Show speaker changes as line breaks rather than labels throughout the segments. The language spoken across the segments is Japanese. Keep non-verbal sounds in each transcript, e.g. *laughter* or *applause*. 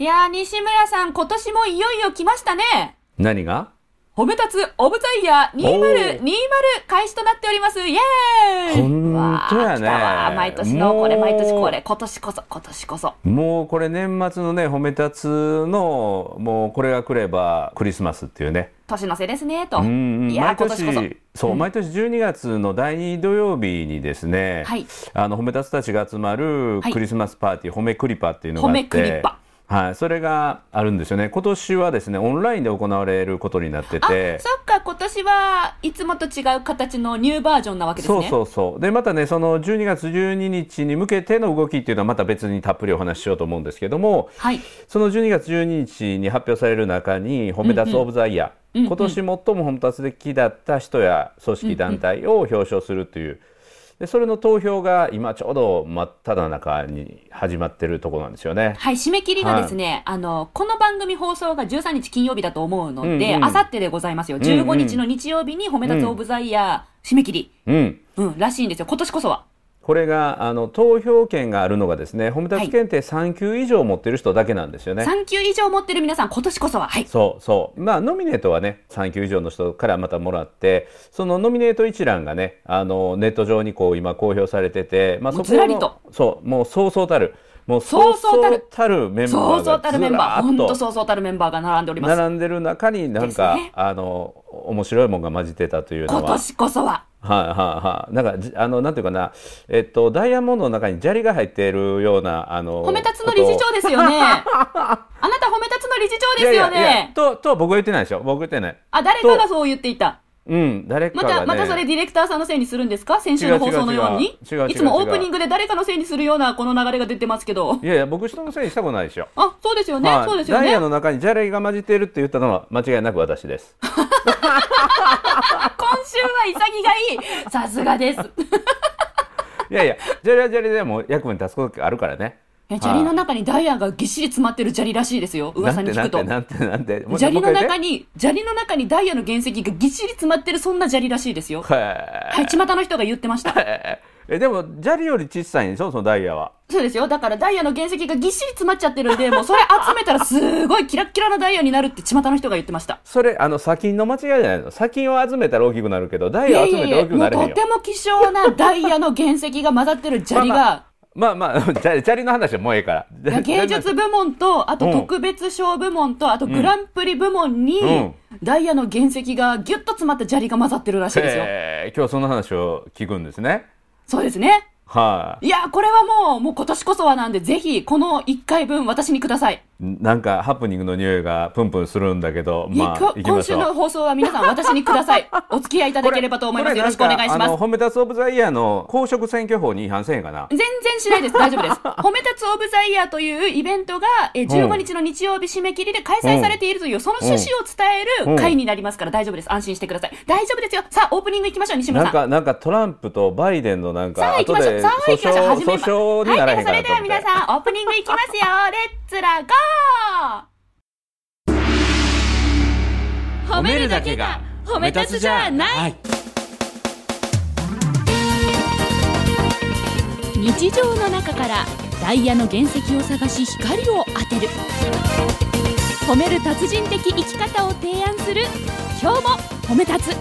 いやー、西村さん、今年もいよいよ来ましたね。
何が
ホムタツオブザイヤー2020開始となっております。イエーイ
ほんとや
わー来
ね
たわー毎年の
もう
これ、毎年これ、今年こそ、今年こそ。
もうこれ年末のね褒めたつのもうこれが来ればクリスマスっていうね
年の瀬ですね、と。
うんうん
いやー、
毎
今年こそ。
年そう、毎年12月の第2土曜日にですね、
はい
あの褒めたつたちが集まる
はい
クリスマスパーティー、褒めクリパっていうのがあって
褒めクリパ
はい、それがあるんですよね今年はですねオンラインで行われることになって
あ、
て
そっか、今年はいつもと違う形のニューバージョンなわけですね。
そうそうそうでまたねその12月12日に向けての動きっていうのはまた別にたっぷりお話ししようと思うんですけども
はい。
その12月12日に発表される中に褒め立つオブザイヤー、今年最も褒め立つ的だった人や組織団体を表彰するという、でそれの投票が今ちょうど真っ只中に始まってるところなんですよね。
はい、締め切りがですね、あの、この番組放送が13日金曜日だと思うの
うん
で、
うん
あさってでございますよ。15日の日曜日に褒め立つオブザイヤー締め切り。
うん
うん、らしいんですよ。今年こそは。
これがあの投票権があるのがですね褒め立つ検定3級以上持ってる人だけなんですよね。
3級以上持ってる皆さん、今年こそは。はい。
そうそうまあノミネートはね3級以上の人からまたもらってそのノミネート一覧がねあのネット上にこう今公表されてて、まあ、
もう
そ
ず
この
らりと
そうもうそうそうたるもう
そうそうたる
たるメンバ
そう
ー
そうたる
がず
メンバー、
ら
ほんと
ーっと
そうそうたるメンバーが並んでおります。
並んでる中になんか、
ですね
あの面白いもんが混じってたというの
今
は。はい
年こそは。
はいはい、なんかじあのなんていうかな、えっとダイヤモンドの中に砂利が入っているようなあの
褒め立つの理事
こと
長
を
ですよ
*laughs*
ね。あなた褒め立つの理事長です
いや
よ
いやいや
ね。
ととは僕は言ってないでしょ僕は言ってない
あ、誰かがそう言っていた。
うん誰か
ま
が、ね、
た、またそれディレクターさんのせいにするんですか先週の放送のように。
違う違う違う違う
いつもオープニングで誰かのせいにするようなこの流れが出てますけど
い。やいや、僕人のせいにしたことないでしょ。
あ、そうですよね。
はい
そうですよ
ダイヤ
ね。
の中にジャレが混じっているって言ったのは間違いなく
*laughs*
私です。
今週は潔がいい。さすが
*laughs*
です。
いやいや、ジャレはジャレでも役目に立つことがあるからね。
え砂利の中にダイヤがぎっしり詰まってる砂利らしいですよ。噂に聞くと。
なんてなんてなんてなんて。もう
砂利の
もう一
中
回
に、砂利の中にダイヤの原石がぎっしり詰まってる、そんな砂利らしいですよ。
言って。
は
へ
い、巷の人が言ってました。
*laughs* え。え、でも、ジャレより小さいんでしょ、そのダイヤは。
そうですよ。だからダイヤの原石がぎっしり詰まっちゃってるんで、もうそれ集めたらすごいキラッキラなダイヤになるって巷の人が言ってました。
それ、あの、砂金の間違いじゃないの。砂金を集めたら大きくなるけど、ダ
い
イヤ
や
を
い
集
や
め
い
たら
や、
大きく
も
な
う
れ
と
へんよ
て。も希少なダイヤの原石が混ざってる砂利
*laughs*
が、
まあまあ、ジャレジャレの話はもうええから。
いや芸術部門と、あと特別賞部門と、あとグランプリ部門に、
うん
ダイヤの原石がギュッと詰まった砂利が混ざってるらしいですよ。
*laughs* へえ今日その話を聞くんですね。
そうですね。
はい、
いや、これはもう、もう今年こそはなんで、ぜひ、この1回分私にください。
なんかハプニングの匂いがプンプンするんだけど、
い
まあ、
こ
行きま
今
し
週
ょう。
の放送は皆さん私にください。お付き合いいただければと思います。よろしくお願いし
あ
ま
の
す。
褒め立つオブザイヤーの公職選挙法に違反せえへんかな。
全然しないです。大丈夫
*laughs*
です。褒め立つオブザイヤーというイベントが、えー15
うん
日の日曜日締め切りで開催されているという、その趣旨を伝える会になりますから大丈夫です。安心してください。大丈夫ですよ。さあ、オープニング行きましょう、西村
なん
さん。
かなんかトランプとバイデンのなんか
さあ行き
後
ましょう。
で
さ
訴
あ行きましょう。始めま
訟訴訟にならへんか
は、
ない
で
と
はそれ
思っ
では皆
て。
さん、オープニング行きますよ。レッツラゴー
い。
日常の中からダイヤの原石を探し光を当てる褒める達人的生き方を提案する今日も褒め立つ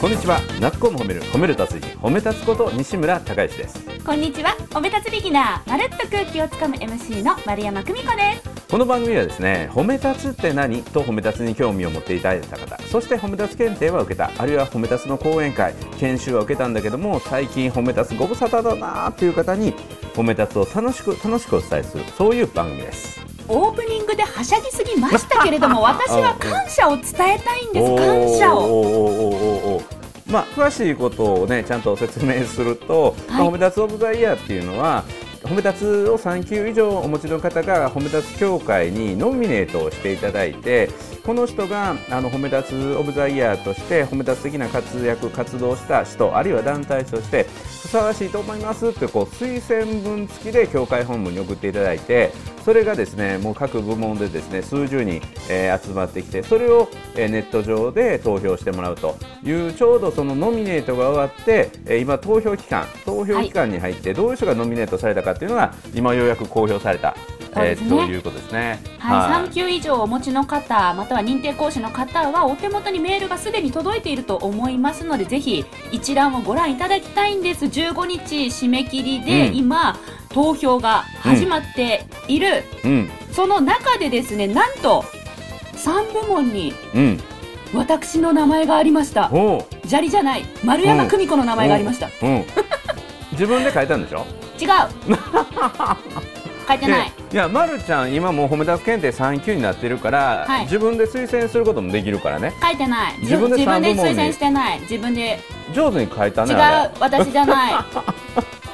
こんにちは。なっこも褒める褒める達人褒め立つこと西村孝之です。
こんにちは褒め立つビギナーまるっと空気をつかむ MC の丸山久美子です
この番組はですね褒め立つって何と褒め立つに興味を持っていただいた方そして褒め立つ検定は受けたあるいは褒め立つの講演会研修は受けたんだけども最近褒め立つご無沙汰だなーっていう方に褒め立つを楽しく楽しくお伝えするそういう番組です
オープニングではしゃぎすぎましたけれ
*laughs*
ども私は感謝を伝えたいんです
おー
感謝
おー
を
おーおーおーおーまあ、詳しいことをねちゃんと説明すると、まあ
はい
褒め立つオブザイヤーっていうのは褒め立つを3級以上お持ちの方が褒め立つ協会にノミネートをしていただいてこの人があの褒め立つオブザイヤーとして褒め立つ的な活躍活動をした人あるいは団体としてふさわしいと思いますってこう推薦文付きで協会本部に送っていただいてそれがですねもう各部門でですね数十人、えー集まってきてそれを、えーネット上で投票してもらうというちょうどそのノミネートが終わって、えー今投票期間投票期間に入ってどういう人がノミネートされたかっていうのが今ようやく公表された、
そう
え
です
ー
ね
ということですね。
はい、3級以上お持ちの方または認定講師の方はお手元にメールがすでに届いていると思いますのでぜひ一覧をご覧いただきたいんです15日締め切りで、
うん
今投票が始まっている、
うん
その中でですねなんと3部門に
うん
私の名前がありました
おう
砂利じゃない丸山久美子の名前がありました、
うん、自分で書いたんでしょ *laughs*
違う書いてない
でいや、ま、るちゃん今もう褒め立つ検定3級になってるから、
はい
自分で推薦することもできるからね
書いてない
自分で
自分で
三部門に
推薦してない自分で
上手に書いた
違
ね
う
あれ
私じゃ
*laughs*
ない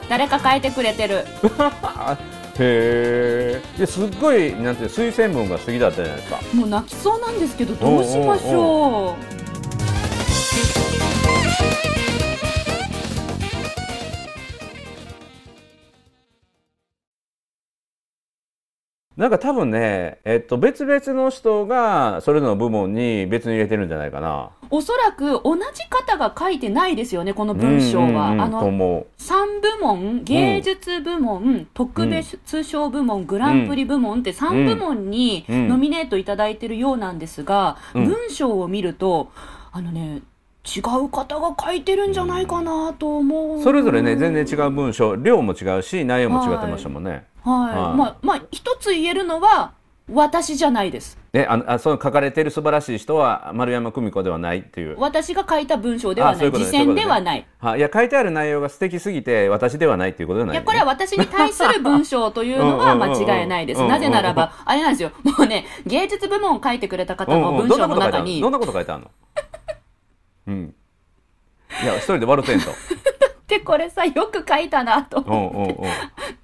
誰か書いてくれてる
あへえですっごいなんていう推薦文が過ぎだったじゃないですか
もう泣きそうなんですけどどうしましょう
おなんか多分ね、えっと、別々の人がそれぞれの部門に別に入れてるんじゃないかな
おそらく同じ方が書いてないですよねこの文章は、
うんうんうん
あ
と
の
思
3部門芸術部門、特別賞部門グランプリ部門って3部門に
うん
ノミネートいただいてるようなんですが、
うん
文章を見るとあのね違う方が書いてるんじゃないかなと思う
うそれぞれね全然違う文章量も違うし内容も違ってましたもんね、
はい、
はい
まあまあ一つ言えるのは私じゃないです
ね、あのあその書かれている素晴らしい人は丸山久美子ではないっていう。
私が書いた文章では
あ
な
そう
い
いうこと
自
ね
薦ではない
はいや書いてある内容が素敵すぎて私ではないっていうことじゃないい、ね、
やこれは私に対する文章というのは
うんうんうんうん
間違いないです。
うんうんう
なんぜならば、あれなんですよ、もうね、芸術部門を書いてくれた方の
うんうん
文章の中に、だ
どんなこと書いてあるのどんなこと書いてあるのうん。いや一人で笑ってんと。
ってこれさ、よく書いたな
う
と。
んうん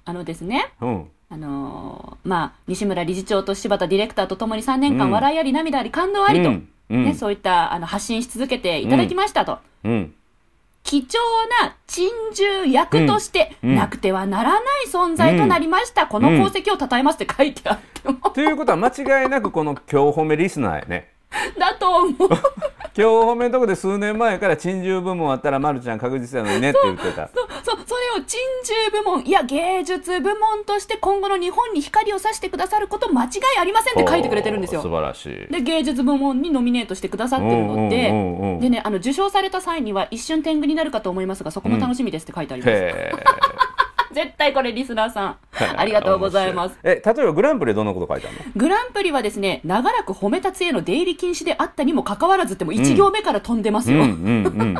あのですね、
うんうん。
あのーまあ、西村理事長と柴田ディレクターとともに3年間、
うん
笑いあり、涙あり、感動ありと、
うんう
ね、
ん
そういったあの発信し続けていただきましたと。
うん
貴重な珍獣役として、
うんうん
なくてはならない存在となりました。この功績を称えますって書いてあっても、
ということは間違いなくこの今日褒めリスナーやね。
だと *laughs* 思う。
今日褒めのとこで数年前から珍獣部門あったら丸ちゃん確実やのにねって言ってた。
そうそうそれを珍獣部門いや芸術部門として今後の日本に光を差してくださること間違いありませんって書いてくれてるんです
おー素
よ
晴らしい。
で芸術部門にノミネートしてくださってるの
う
で
んうんうんうん
でねあの受賞された際には一瞬天狗になるかと思いますがそこも楽しみですって書いてあります、
へー
絶対これリスナーさん *laughs* ありがとうございます
え、例えばグランプリでどんなこと書い
*laughs*
てあるの
グランプリはですね長らく褒めたつへの出入り禁止であったにもかかわらずってもう1行目から飛んでますよ、
んうんうん。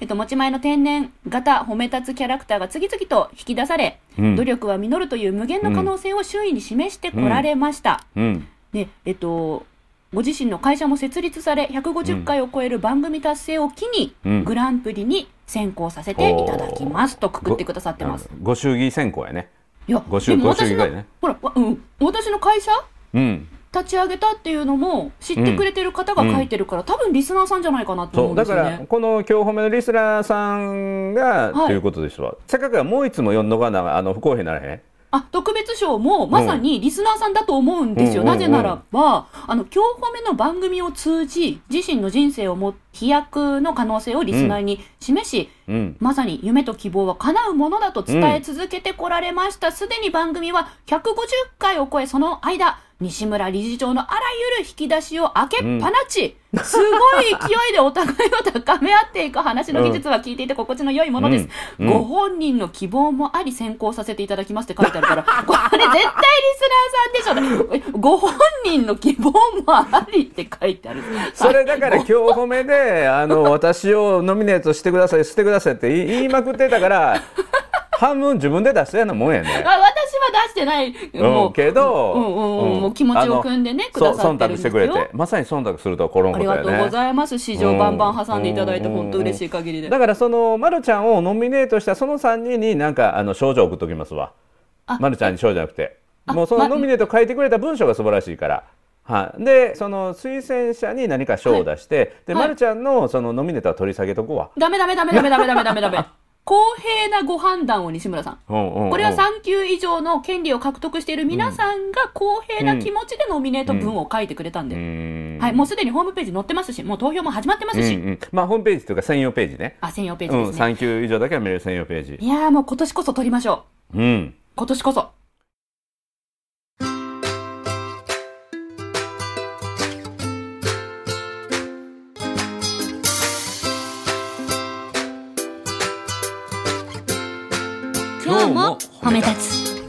えっと、持ち前の天然型褒め立つキャラクターが次々と引き出され、
うん
努力は実るという無限の可能性を周囲に示してこられました。
うん。
で、えっと、ご自身の会社も設立され、150回を超える番組達成を機に、
うん
グランプリに選考させていただきますとくくってくださってます。
ご祝儀選考やね。
いや、
ご祝
でも私
ご祝儀
の、
がね
ほら、わうん、私の会社
うん。
立ち上げたっていうのも知ってくれてる方が書いてるから、多分リスナーさんじゃないかなと思
そうう。
んで
だ
す
か
よね。
ら、この今日褒めのリスナーさんが、
はい
ということでしょ。せっかくはもういつも読んどかな、あの、不公平ならへん。
あ特別賞もまさにリスナーさんだと思うんですよ、
うんうんう
なんぜならば、あの今日褒めの番組を通じ、自身の人生をも飛躍の可能性をリスナーに示し、
うん。
まさに夢と希望は叶うものだと伝え続けてこられました、すでに番組は150回を超え、その間、西村理事長のあらゆる引き出しを開けっぱなち、すごい勢いでお互いを高め合っていく話の技術は聞いていて心地の良いものです。
うん
ご本人の希望もあり選考させていただきますって書いてある
*laughs*
から、これ絶対リスナーさんでしょうね。ご本人の希望もありって書いて
*laughs*
ある。
それだから今日褒めで、あの、私をノミネートしてください、してくださいって言い言いまくって
*laughs*
たから、半分自分で出したようなもんやね。
あ私は出してない。も
う、
うん
けど、
うんうんうんもう気持ちを組んでね
あの
くださってるん
そ
で
う忖度
すよ
してくれて、まさに忖度するとはこの
あ
こと
り
やね。
がとうございます。市場バンバン挟んでいただいて、
うん
本当嬉しい限りで
だ。からそのまるちゃんをノミネートしたその3人になんかあの賞状送っときますわ
あ
まるちゃんに賞じゃなくて
あ
もうその
ま
ノミネート書いてくれた文章が素晴らしいから。はい、でその推薦者に何か賞を出して、で、
はい
まるちゃんのそのノミネートは取り下げとこわ、
ダメダメダメダメダメダメダメダ
*laughs*
メ。公平なご判断を西村さん。
うんうんうん
これは3級以上の権利を獲得している皆さんが公平な気持ちでノミネート文を書いてくれたん
う
で。
ーん
はい、もうすでにホームページ載ってますし、もう投票も始まってます
う
し。
んうんまあホームページというか専用ページね
あ、専用ペ
う
ー
ん
ジですね。
3級以上だけは見れる専用ページ
いやーもう今年こそ取りましょう。
うん。
今年こそ。
今日も褒め立つ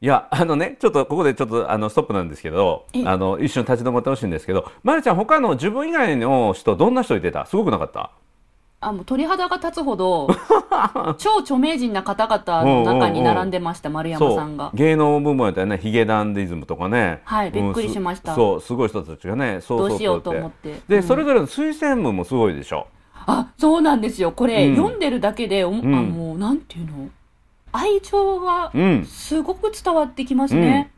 いや、あのね、ちょっとここでちょっとあのストップなんですけど
え、
あの一瞬立ち止まってほしいんですけど、まるちゃん他の自分以外の人どんな人いてた？すごくなかった？
あ、もう鳥肌が立つほ
*laughs*
ど、超著名人な方々の中に並んでました、丸山さんが
そう。芸能部門やったらねヒゲダンディズムとかね
はいびっくりしました
うんすそうすごい人たちがねそ
ど
うそうう
しようと
そうや
思って。
で、
うん
それぞれの推薦文もすごいでしょ
あ、そうなんですよ。これ、
うん
読んでるだけで、おも
うん
あ、もう、なんていうの愛情が
うん
すごく伝わってきますね。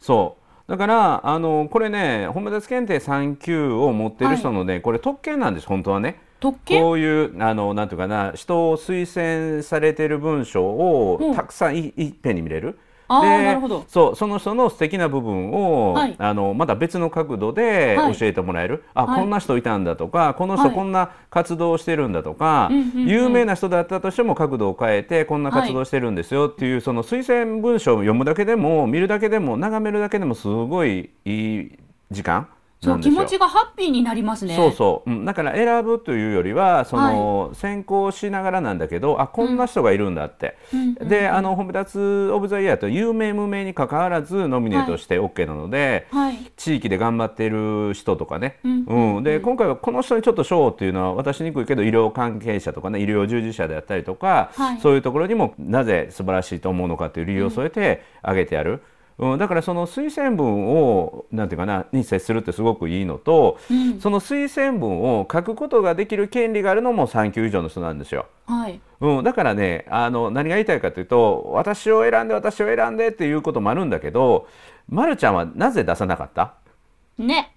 そうだからあのこれね本目立検定3級を持ってる人のね、これ特権なんです本当はね
特権
こういうあのなんていうかな人を推薦されてる文章を
うん
たくさんい,、いっぺんに見れる
ああ、
で
なるほど。
そうその人の素敵な部分を、
はい
あのまた別の角度で
はい
教えてもらえる、あ、
はい
こんな人いたんだとかこの人
はい
こんな活動をしてるんだとか、
うんうんうん
有名な人だったとしても角度を変えてこんな活動してるんですよっていう、その推薦文章を読むだけでも見るだけでも眺めるだけでもすごいいい時間
そ
な
う、
んで
気
すよ。
持ちがハッピーになりますね。
そうそう、うん、だから選ぶというよりはその、選考しながらなんだけどあこんな人がいるんだって、
うんうん
であのホームタツ・オブ・ザ・イヤーと有名無名に関わらずノミネートして OK なので、
はい。
地域で頑張っている人とかね、
うん
で今回はこの人にちょっと賞っていうのは渡しにくいけど医療関係者とかね医療従事者であったりとか、
はい
そういうところにもなぜ素晴らしいと思うのかという理由を添えてあげてやる、うんだからその推薦文をなんていうかなに接するってすごくいいのと、
うん。
その推薦文を書くことができる権利があるのも3級以上の人なんですよ。
はい。
うん、だからねあの何が言いたいかというと私を選んで私を選んでっていうこともあるんだけど、ま、るちゃんはなぜ出さなかった *laughs*
ね。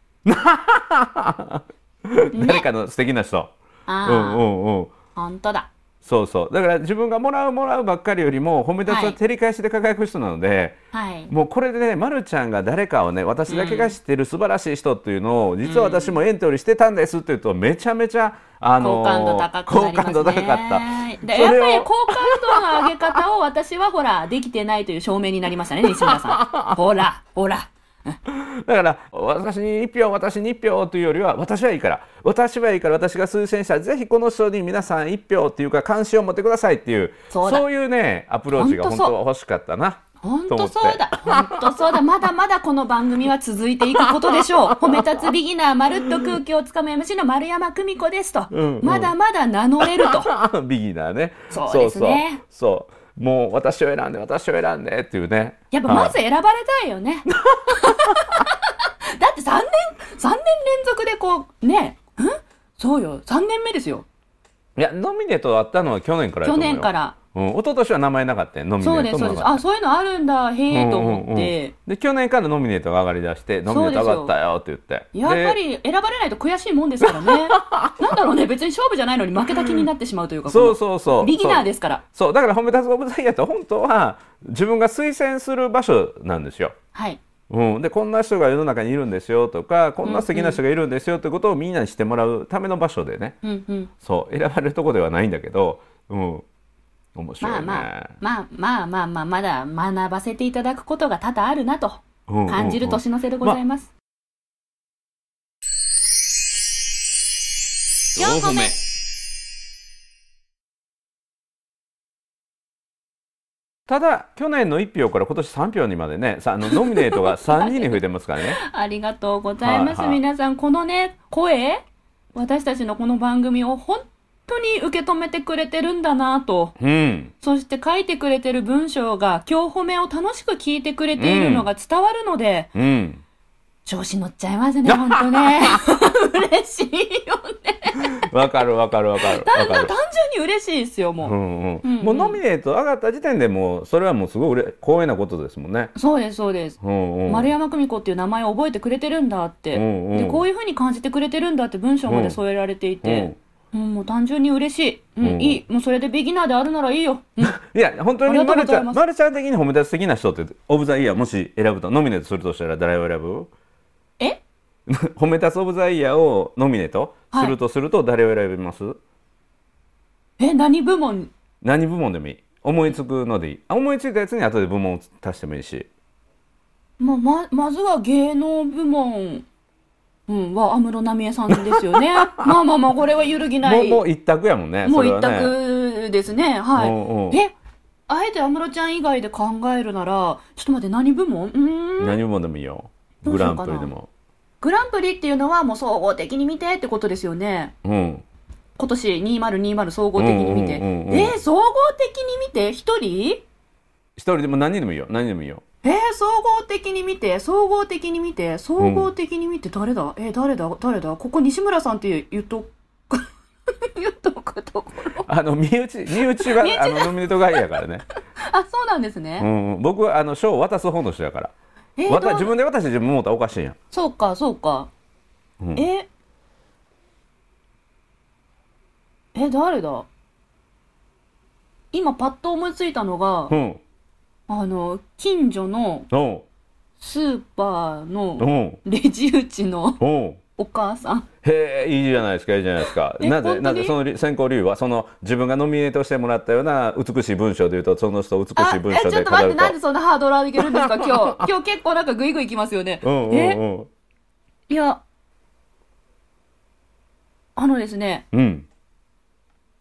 誰かの素敵な人。う
ああ、
んうんうん
本当だ。
そうそうだから自分がもらうもらうばっかりよりも褒め立つ
は
はい照り返しで輝く人なので、
はい。
もうこれでね、ま、るちゃんが誰かをね私だけが知ってる素晴らしい人っていうのを、実は私もエントリーしてたんですって言うとめちゃめちゃあの
好感度高くなりますね。
好感度高かった。
で
そ
やっぱ
れを
り好感度の上げ方を私はほら、できてないという証明になりましたね、西村さん。ほら、ほら。
だから私に一票私に一票というよりは私はいいから私はいいから私が推薦したらぜひこの人に皆さん一票っていうか関心を持ってくださいっていう
そうだ
いうねアプローチが
ほん
本
とそう
当は欲しかったな。 *laughs*
本当そうだ。本当そうだ。まだまだこの番組は続いていくことで
*laughs*
しょう。褒め立つビギナー、まるっと空気をつかむ MC の丸山久美子ですと。
んうん
まだまだ名乗れると。
ビギナーね
そうですね
そうそうそうもう私を選んで私を選んでっていうね
やっぱまず選ばれたいよ
*laughs*
ね。だって3年、三年連続でこう、ね、んそうよ。3年目ですよ。
いやノミネートあったのは去年からやと
去
思うよ
年から。
うん、一昨年は名前なかったよノミネ
そう
ー
で
ト
す、
も
そうで
なか
す。
った
あ、そういうのあるんだ、へえと思っ
うんうんうん
て。
で去年からノミネートが上がりだしてノミネート上がったよって言って
やっぱり選ばれないと悔しいもんですから
*laughs*
ね。なんだろうね、別に勝負じゃないのに負けた気になってしまうというか、
そう
こ
そうそう
のビギナーですすから。
そうだから褒め立つオブザイヤーって本当は自分が推薦する場所なんですよ。
はい。
うん、でこんな人が世の中にいるんですよとかこんな素敵な人がいるんですよってことをみんなにしてもらうための場所でね
うんうん。
そう選ばれるとこではないんだけど、うん、面白い
ま
ね、
あまあ、まあまあまあまあ、まだ学ばせていただくことが多々あるなと
うんうんうん
感じる年の瀬でございます。
4個目
ただ去年の1票から今年3票にまでねさあのノミネートが3人に増えてますからね
ありがとうございます。
はいはい
皆さん、このね、声、私たちのこの番組を本当に受け止めてくれてるんだなと。
うん
そして書いてくれてる文章が、今日褒めを楽しく聞いてくれているのが伝わるので、
うん
調子乗っちゃいますね、本当ね。
*laughs*
嬉しいよね。
わかるわかるわかる
単
わかる
単純に嬉しいですよ、もう。
うんう
うん
ん
うん
もうノミネート上がった時点でもうそれはもうすごいうれ光栄なことですもんね。
そうです、そうです。
うんうん、
丸山久美子っていう名前を覚えてくれてるんだって、
うんうん
でこういうふうに感じてくれてるんだって文章まで添えられていて、うんもう単純に嬉しい、うん
うん
いいもうそれでビギナーであるならいいよ、うん
いや本当
ありが
に
と
マ
うご
ルち
ざい
ゃ
ま
ん
す
マルちゃん的に褒め立つ的な人ってオブザイヤーもし選ぶとノミネートするとしたら誰を選ぶ
え
*laughs* 褒め立つオブザイヤーをノミネートするとすると誰を選びます、
え、何部門
何部門でもいい思いつくのでいいあ思いついたやつに後で部門を足してもいいし
まあ、ま、まずは芸能部門、うん、は安室奈美恵さんですよ
*laughs*
ね。まあまあまあ、これは揺るぎな
もう
い。
もう一択やもんね
も
そうれ
一
はね
択ですね。は
うんうん
い。え、あえて安室ちゃん以外で考えるなら、ちょっと待って、何部門うーん。
何部門でもいいよ
ど
グ
うし
ラ
よう
ン
かな
プリでも
グランプリっていうのはもう総合的に見てってことですよね。
うん
今年2020総合的に見て。
うんうんうんうん
えー総合的に見て一人
一人でも何人でもいいよ何人でもいいよ
えー総合的に見て、総合的に見て、総合的に見て、誰だえー誰だ誰だここ西村さんって言っと、 *laughs* 言っとくところ。
あの身内身内は
身内
あのノミネート外や
*laughs*
からね、
あ、そうなんです
う
ね。
んうん、僕はあの賞を渡す方の人やから、
えー
わた
どう
自分で渡して自分もうたらおかしいやん
そうか、そうか。
うん
ええ、誰だ今パッと思いついたのが、
うん
あの、近所の
うん
スーパー
う
の
ん
レジ打ちの
うん
お母さん。
へえいいじゃないですかいいじゃないですか
え
な
本当
ぜ
に
なぜその理選考理由はその自分がノミネートしてもらったような美しい文章でいうとその人を美し
あ、
い
え、
文
ちょ
章
っ
で
と
語
待って、
ると
なんでそんなハードル上げるんですか、今日。
*laughs*
今日結構なんかグイグイきますよね。
うんう
え、
ん
いや、あのですね、
うんうん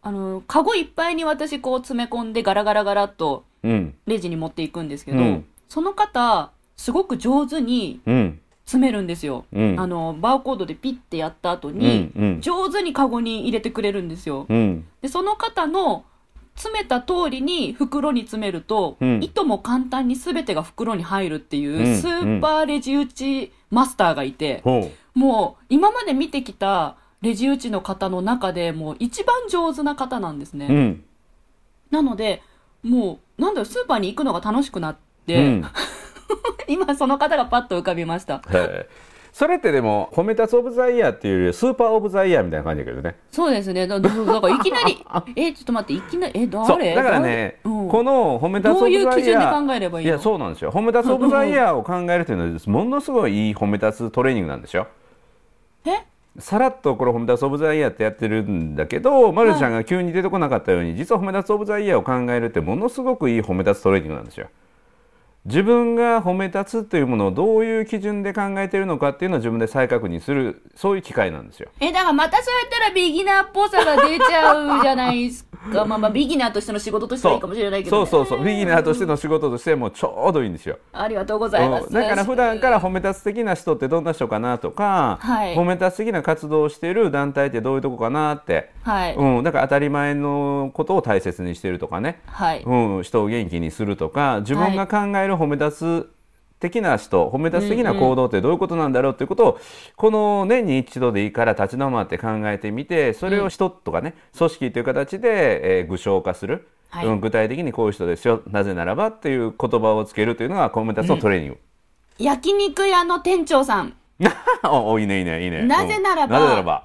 あの、カゴいっぱいに私こう詰め込んでガラガラガラっと
うん
レジに持っていくんですけど、
うん
その方、すごく上手に
うん
詰めるんですよ。
うん
あの、バーコードでピッてやった後
う
に
ん、うん
上手にカゴに入れてくれるんですよ。
うん
で、その方の詰めた通りに袋に詰めると、
うん
いとも簡単に全てが袋に入るっていううんスーパーレジ打ちマスターがいて、
ほう
もう今まで見てきたレジ打ちの方の中でもう一番上手な方なんですね。
うん
なので、もう、なんだろう、スーパーに行くのが楽しくなっ
う
て、
ん
*laughs* 今その方がパッと浮かびました。
へえそれってでも褒め立つオブザイヤーっていうよりスーパーオブザイヤーみたいな感じだけどね
そうですね。だだだからいきな
*laughs*
り、え、ちょっと待って、いきなり、え、誰
そうだからね、
誰うん
この褒め立つオ
どう
ブザイ
いう
ヤー
基準で考えればいい
い
の
やそうなんですよ褒め立つオブザイヤーを考えるというのはものすごいいい褒め立つトレーニングなんですよ
え
さらっとこれ褒め立つオブザイヤーってやってるんだけどまるちゃんが急に出てこなかったように、実は褒め立つオブザイヤーを考えるってものすごくいい褒め立つトレーニングなんですよ自分が褒め立つというものをどういう基準で考えているのかっていうのを自分で再確認するそういう機会なんですよ
え、だからまたそうやったらビギナーっぽさが出ちゃうじゃないです
*laughs*
か。まあまあ、ビギナーとしての仕事としてはいいかもしれないけど、
そ
ね。
うそうそうビギナーとしての仕事としてもちょうどいいんですよ
ありがとうございま
うん
す。
だから普段から褒め立つ的な人ってどんな人かなとか、
はい
褒め立つ的な活動をしている団体ってどういうとこかなって、
はい。
うん、だから当たり前のことを大切にしてるとかね、
はい。
うん、人を元気にするとか自分が考える褒め立つ的な人、褒め立つ的な行動ってどういうことなんだろうっていうことをこの年に一度でいいから立ち止まって考えてみてそれを人とかね、組織という形で、えー具象化する、
はい
うん、具体的にこういう人ですよなぜならばっていう言葉をつけるというのが褒め立つのトレーニング。
焼肉屋の店長さん。
*laughs* おおいいねいいねいいね。
なぜならば
うんなぜならば。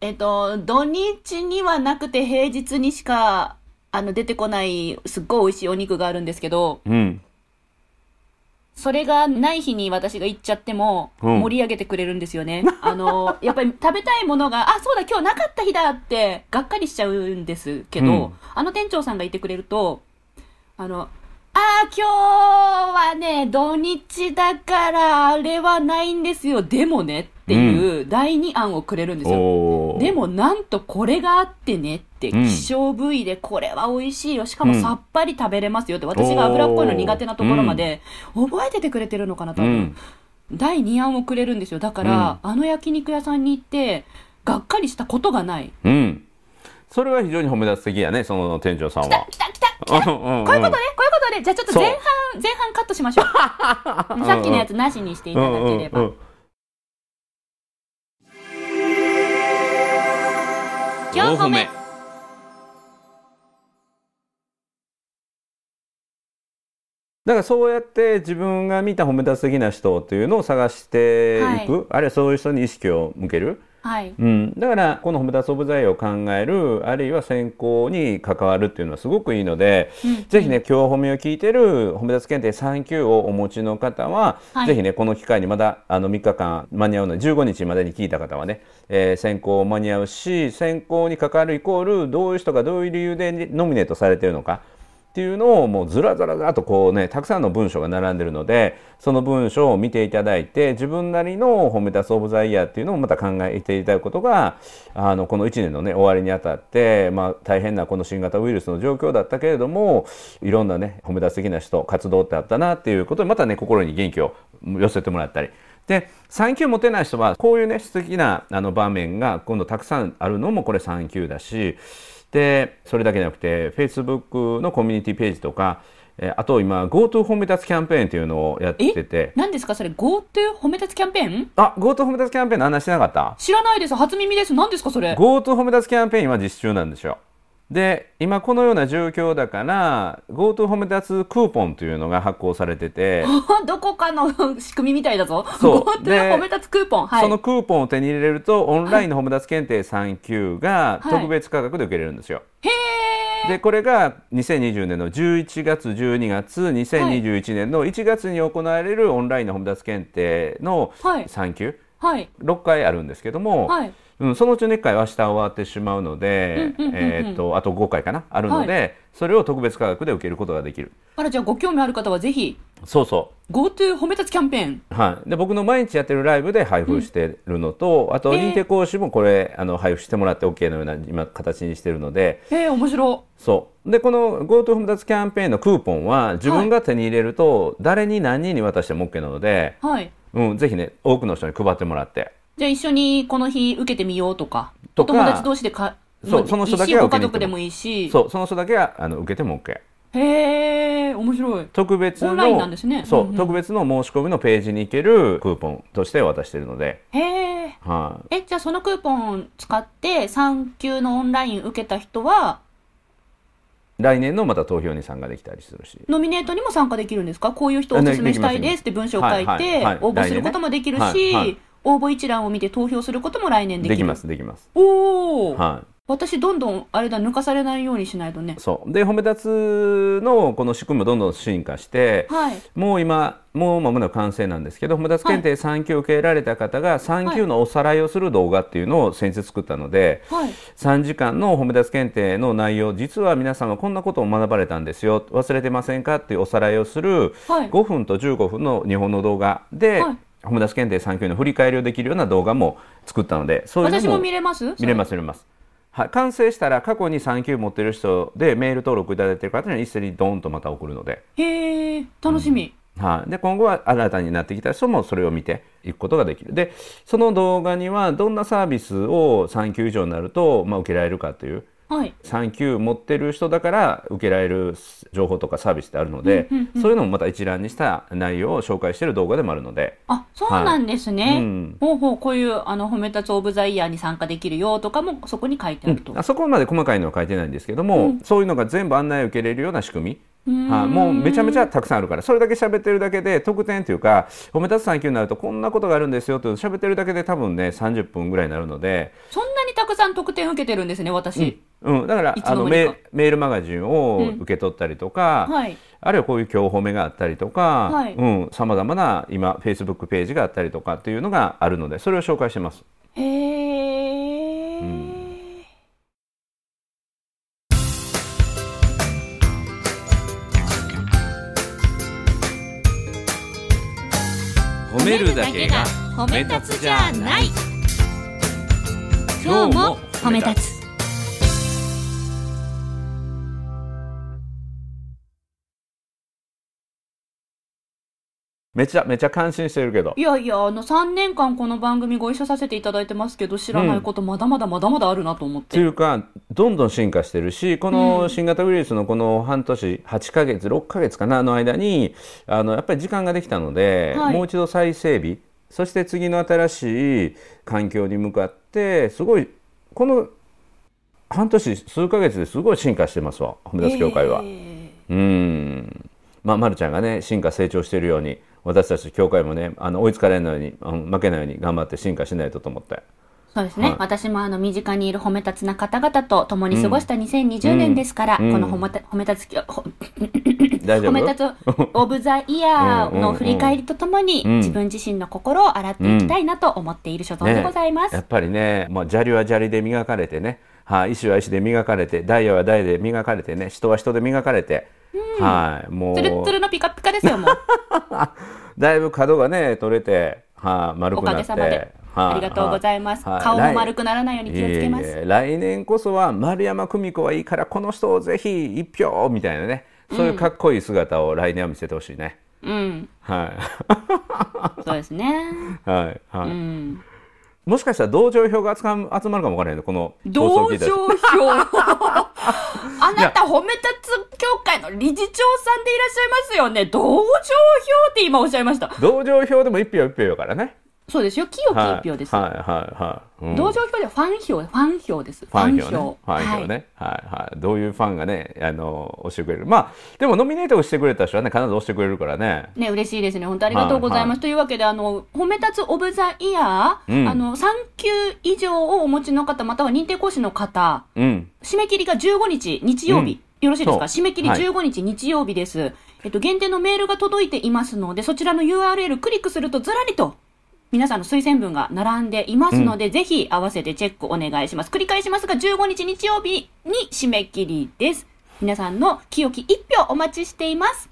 えっと、土日にはなくて平日にしか、あの、出てこない、すっごい美味しいお肉があるんですけど、
うん。
それがない日に私が行っちゃっても、
うん
盛り上げてくれるんですよ
*laughs*
ね。あの、やっぱり食べたいものが、あ、そうだ、今日なかった日だって、がっかりしちゃうんですけど、
うん
あの店長さんがいてくれると、あの、あー、今日はね、土日だから、あれはないんですよ、でもね、っていう第二案をくれるんですよ。
おー
でもなんとこれがあってねって、
うん
希少部位でこれは美味しいよ。しかも
うん
さっぱり食べれますよって、私が脂っこいの苦手なところまで覚えててくれてるのかな、多
う
分
ん。。
第2案をくれるんですよ。だから、あの焼肉屋さんに行って、がっかりしたことがない。
うん。それは非常に褒め立つ的やねその店長さん
来た
は。
来た来た
こういうこ
こういうことね、こういうことね。じゃあちょっと前半、前半カットしま
*laughs*
しょう。さっきのやつなしにしていただければ。
うんうんうん
今日褒め
だからそうやって自分が見た褒め立つ的な人っていうのを探していく、あるいはそういう人に意識を向ける、
はい。
うん、だからこの褒め立つオブザイヤーを考えるあるいは選考に関わるっていうのはすごくいいので、
うん
ぜひね今日褒めを聞いてる褒め立つ検定3級をお持ちの方は、
はい
ぜひねこの機会にまだあの3日間間に合うので15日までに聞いた方はね、えー選考間に合うし選考に関わるイコールどういう人がどういう理由でノミネートされてるのか。っていうのをもうずらずらずらっとこうねたくさんの文章が並んでるのでその文章を見ていただいて自分なりの褒めたつオブザイヤーっていうのをまた考えていただくことがあのこの1年のね終わりにあたって、まあ、大変なこの新型ウイルスの状況だったけれどもいろんなね褒めたつ的な人活動ってあったなっていうことでまたね心に元気を寄せてもらったり。で産休持てない人はこういうね素敵なあの場面が今度たくさんあるのもこれ産休だしでそれだけじゃなくて Facebook のコミュニティページとか、えーあと今 GoTo 褒め立つキャンペーンっていうのをやってて
何ですかそれ GoTo 褒め立つキャンペーン
あ GoTo 褒め立つキャンペーンの話しなかった
知らないです。初耳です。何ですかそれ。
GoTo 褒め立つキャンペーン今実施中なんですよで今このような状況だから GoTo 褒め立つクーポンというのが発行されてて
*laughs* どこかの仕組みみたいだぞ。
そう
GoTo
で
褒め立つクーポン。はい。
そのクーポンを手に入れるとオンラインの褒め立つ検定3級が
はい
特別価格で受けれるんですよ。
へえ。
でこれが2020年の11月12月2021年の1月に行われるオンラインの褒め立つ検定の
はい
3級
はい。
6回あるんですけども、
はい。
うん、そのうちの1回は明日終わってしまうので
うんうんうんうん
えーっとあと5回かなあるので、それを特別価格で受けることができる。
あら、じゃあご興味ある方はぜひ、
そうそう
GoTo 褒め立つキャンペーン。
はい、で僕の毎日やってるライブで配布してるのと、あと
えー
認定講師もこれあの配布してもらって OK のような今形にしてるので
へえ、面白。
そうでこの GoTo ふむだつキャンペーンのクーポンは自分が手に入れると誰に何人に渡しても OK なので、
はい。
うん、ぜひね多くの人に配ってもらって
じゃあ一緒にこの日受けてみようとか、
と
お
か
友達同士でか、
そう
もいい
その人だけ
し
が
ご
受け
家
に行っても
族でもいいし。
そうその人だけはあの受けても OK。
へえ、面白い。
特別の
オンラインなんですね
そう、
うんうん
特別の申し込みのページに行けるクーポンとして渡してるので、
へえ。
はい、
え、じゃあそのクーポン使って、産休のオンライン受けた人は、
来年のまた投票に参加できたりするし、
ノミネートにも参加できるんですかこういう人をおすすめしたいですって文章を書い
はいはい
て
はい、
応募することもできる
来年ねはいはい
し、応募一覧を見て投票することも来年でき
で
る。
きますできます。
おお、
はい
私どんどんあれだ、抜かされないようにしないとね。
そうで褒め立つのこの仕組みもどんどん進化して、
はい。
もう今もう間もなく完成なんですけど褒め立つ検定3級を受けられた方が3級のおさらいをする動画っていうのを先日作ったので、
はい。
3時間の褒め立つ検定の内容実は皆さんはこんなことを学ばれたんですよ忘れてませんかっていうおさらいをする
はい
5分と15分の日本の動画で、
はい
褒め立つ検定3級の振り返りをできるような動画も作ったのでそういうの
私も見れます。
見れますす見れます。はい、完成したら過去に3級持ってる人でメール登録いただいてる方には一斉にドーンとまた送るので,、
へえ、楽しみ。
はい、で今後は新たになってきた人もそれを見ていくことができるでその動画にはどんなサービスを3級以上になると、まあ、受けられるかという
はい。
3級持ってる人だから受けられる情報とかサービスってあるので、
うんうんうん
そういうのもまた一覧にした内容を紹介している動画でもあるので。
あ、そうなんですね。
はいうん
ほうほう、こういう、あの、褒め立つオブザイヤーに参加できるよとかも、そこに書いてあると。
あそこまで細かいのは書いてないんですけども、そういうのが全部案内を受けれるような仕組みはいもうめちゃめちゃたくさんあるからそれだけ喋ってるだけで特典というか褒め立つ3級になるとこんなことがあるんですよと喋ってるだけで多分ね30分ぐらいになるので、
そんなにたくさん得点受けてるんですね、私。
うん、だから
いつの
あの
間にか
メメールマガジンを受け取ったりとか、
はい。
あるいはこういう今日褒めがあったりとか
はい
さまざまな今 Facebook ページがあったりとかっていうのがあるのでそれを紹介してます。
へえ、
褒
褒めるだけが褒め立つじゃない今日も褒め立つ
めちゃめちゃ感心してるけど
いやいや、あの、3年間この番組ご一緒させていただいてますけど、知らないことまだまだまだまだあるなと思っ
と
て。
いうかどんどん進化してるしこの新型ウイルスのこの半年8ヶ月6ヶ月かなの間にあのやっぱり時間ができたので、
はい
もう一度再整備そして次の新しい環境に向かってすごいこの半年数ヶ月ですごい進化してますわ褒め出す協会は。
えー
うんまあ、ま、るちゃんがね進化成長しているように私たち協会もねあの追いつかれないようにあの負けないように頑張って進化しないとと思って。
そうですね、
はい
私もあの身近にいる褒め立つな方々と共に過ごした2020年ですから、
うん
この褒めた褒め立つきょほ
大
褒
丈夫
め立つオブザイヤー
うんうんう
の
ん
振り返りとともに、
うん
自分自身の心を洗っていきたいなと思っている所存でございます。
やっぱりね、まあ、砂利は砂利で磨かれてね、はい、石は石で磨かれて、ダイヤはダイヤで磨かれてね、人は人で磨かれて、はい、も
つる
う
つるのピカピカですよ、もう。
だいぶ角がね取れて、はい、丸
お
くな
か
って。
げさまで。
はい
*laughs* ありがとうございます。
はい
顔も丸くならないように気をつけます。
いえいえ来年こそは丸山久美子はいいからこの人をぜひ一票みたいなね、そういうかっこいい姿を来年は見せてほしいね。
うん、
はい。
そうですね。
はい、 *laughs* はい
うん。
もしかしたら同情票が集まる集まるかもわからないねこの放送
同
を聞
情
いた人
票
*laughs*
あなた褒め立つ協会の理事長さんでいらっしゃいますよね同情票って今おっしゃいました
同情票でも一票一票やからね。
そうですよ清き
はい
一票です、
はいはいはい。うん
同情票ではファン票ファン票ですフ
ファン票ね。フ
はい
ァン票ね。はいはい。どういうファンがね、あの、押してくれる。まあ、でもノミネートをしてくれた人はね、必ず押してくれるからね。
ね、嬉しいですね。本当ありがとうございます。
はいはい
というわけで、あの、褒め立つオブザイヤー、
うん
あの、3級以上をお持ちの方、または認定講師の方、
うん。
締め切りが15日、日曜日。
うん
よろしいですか
そ
締
う
め切り
はい
15日、日曜日です。えっと、限定のメールが届いていますので、そちらの URL クリックするとずらりと、皆さんの推薦文が並んでいますので、ぜひ合わせてチェックお願いします。繰り返しますが、15日日曜日に締め切りです。皆さんの清き一票お待ちしています。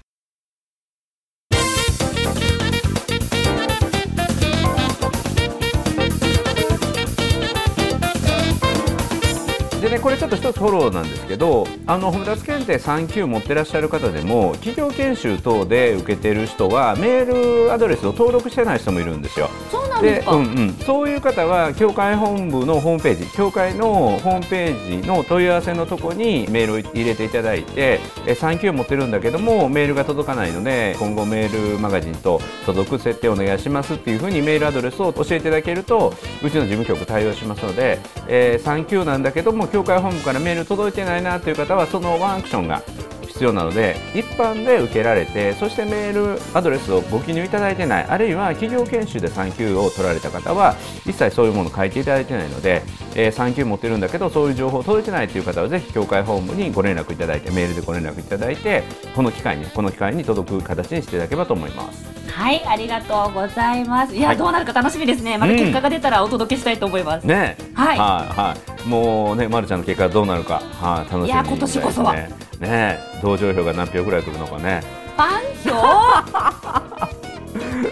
でね、これちょっと一つフォローなんですけど、あの、ホムダス検定3級持ってらっしゃる方でも、企業研修等で受けてる人は、メールアドレスを登録してない人もいるんですよ。
そうなんで、
です
か、
うんうん、そういう方は教会本部のホームページ教会のホームページの問い合わせのとこにメールを入れていただいてえ産休持ってるんだけどもメールが届かないので今後メールマガジンと届く設定お願いしますっていうふうにメールアドレスを教えていただけるとうちの事務局対応しますので、えー、産休なんだけども教会本部からメール届いてないなという方はそのワンアクションが必要なので一般で受けられてそしてメールアドレスをご記入いただいてないあるいは企業研修で産休を取られた方は一切そういうものを書いていただいてないので、えー、産休持ってるんだけどそういう情報届いてないという方はぜひ協会本部にご連絡いただいてメールでご連絡いただいてこの機会にこの機会に届く形にしていただければと思います
はい、ありがとうございます。いや、
はい
どうなるか楽しみですね。また
うん
結果が出たらお届けしたいと思います。
ね
はい
はいはいもうねまるちゃんの結果どうなるかはい楽しみに
いや今年こそは
ねね同情票が何票ぐらい来るのかね
ファン票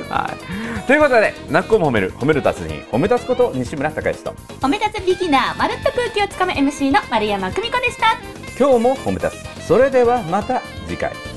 はい、ということで、なっこも褒める、褒める達人、褒め立つこと西村孝之と、
お目立つビギナー、まるっと空気をつかむ MC の丸山久美子でした。
今日も褒め立つ。それではまた次回。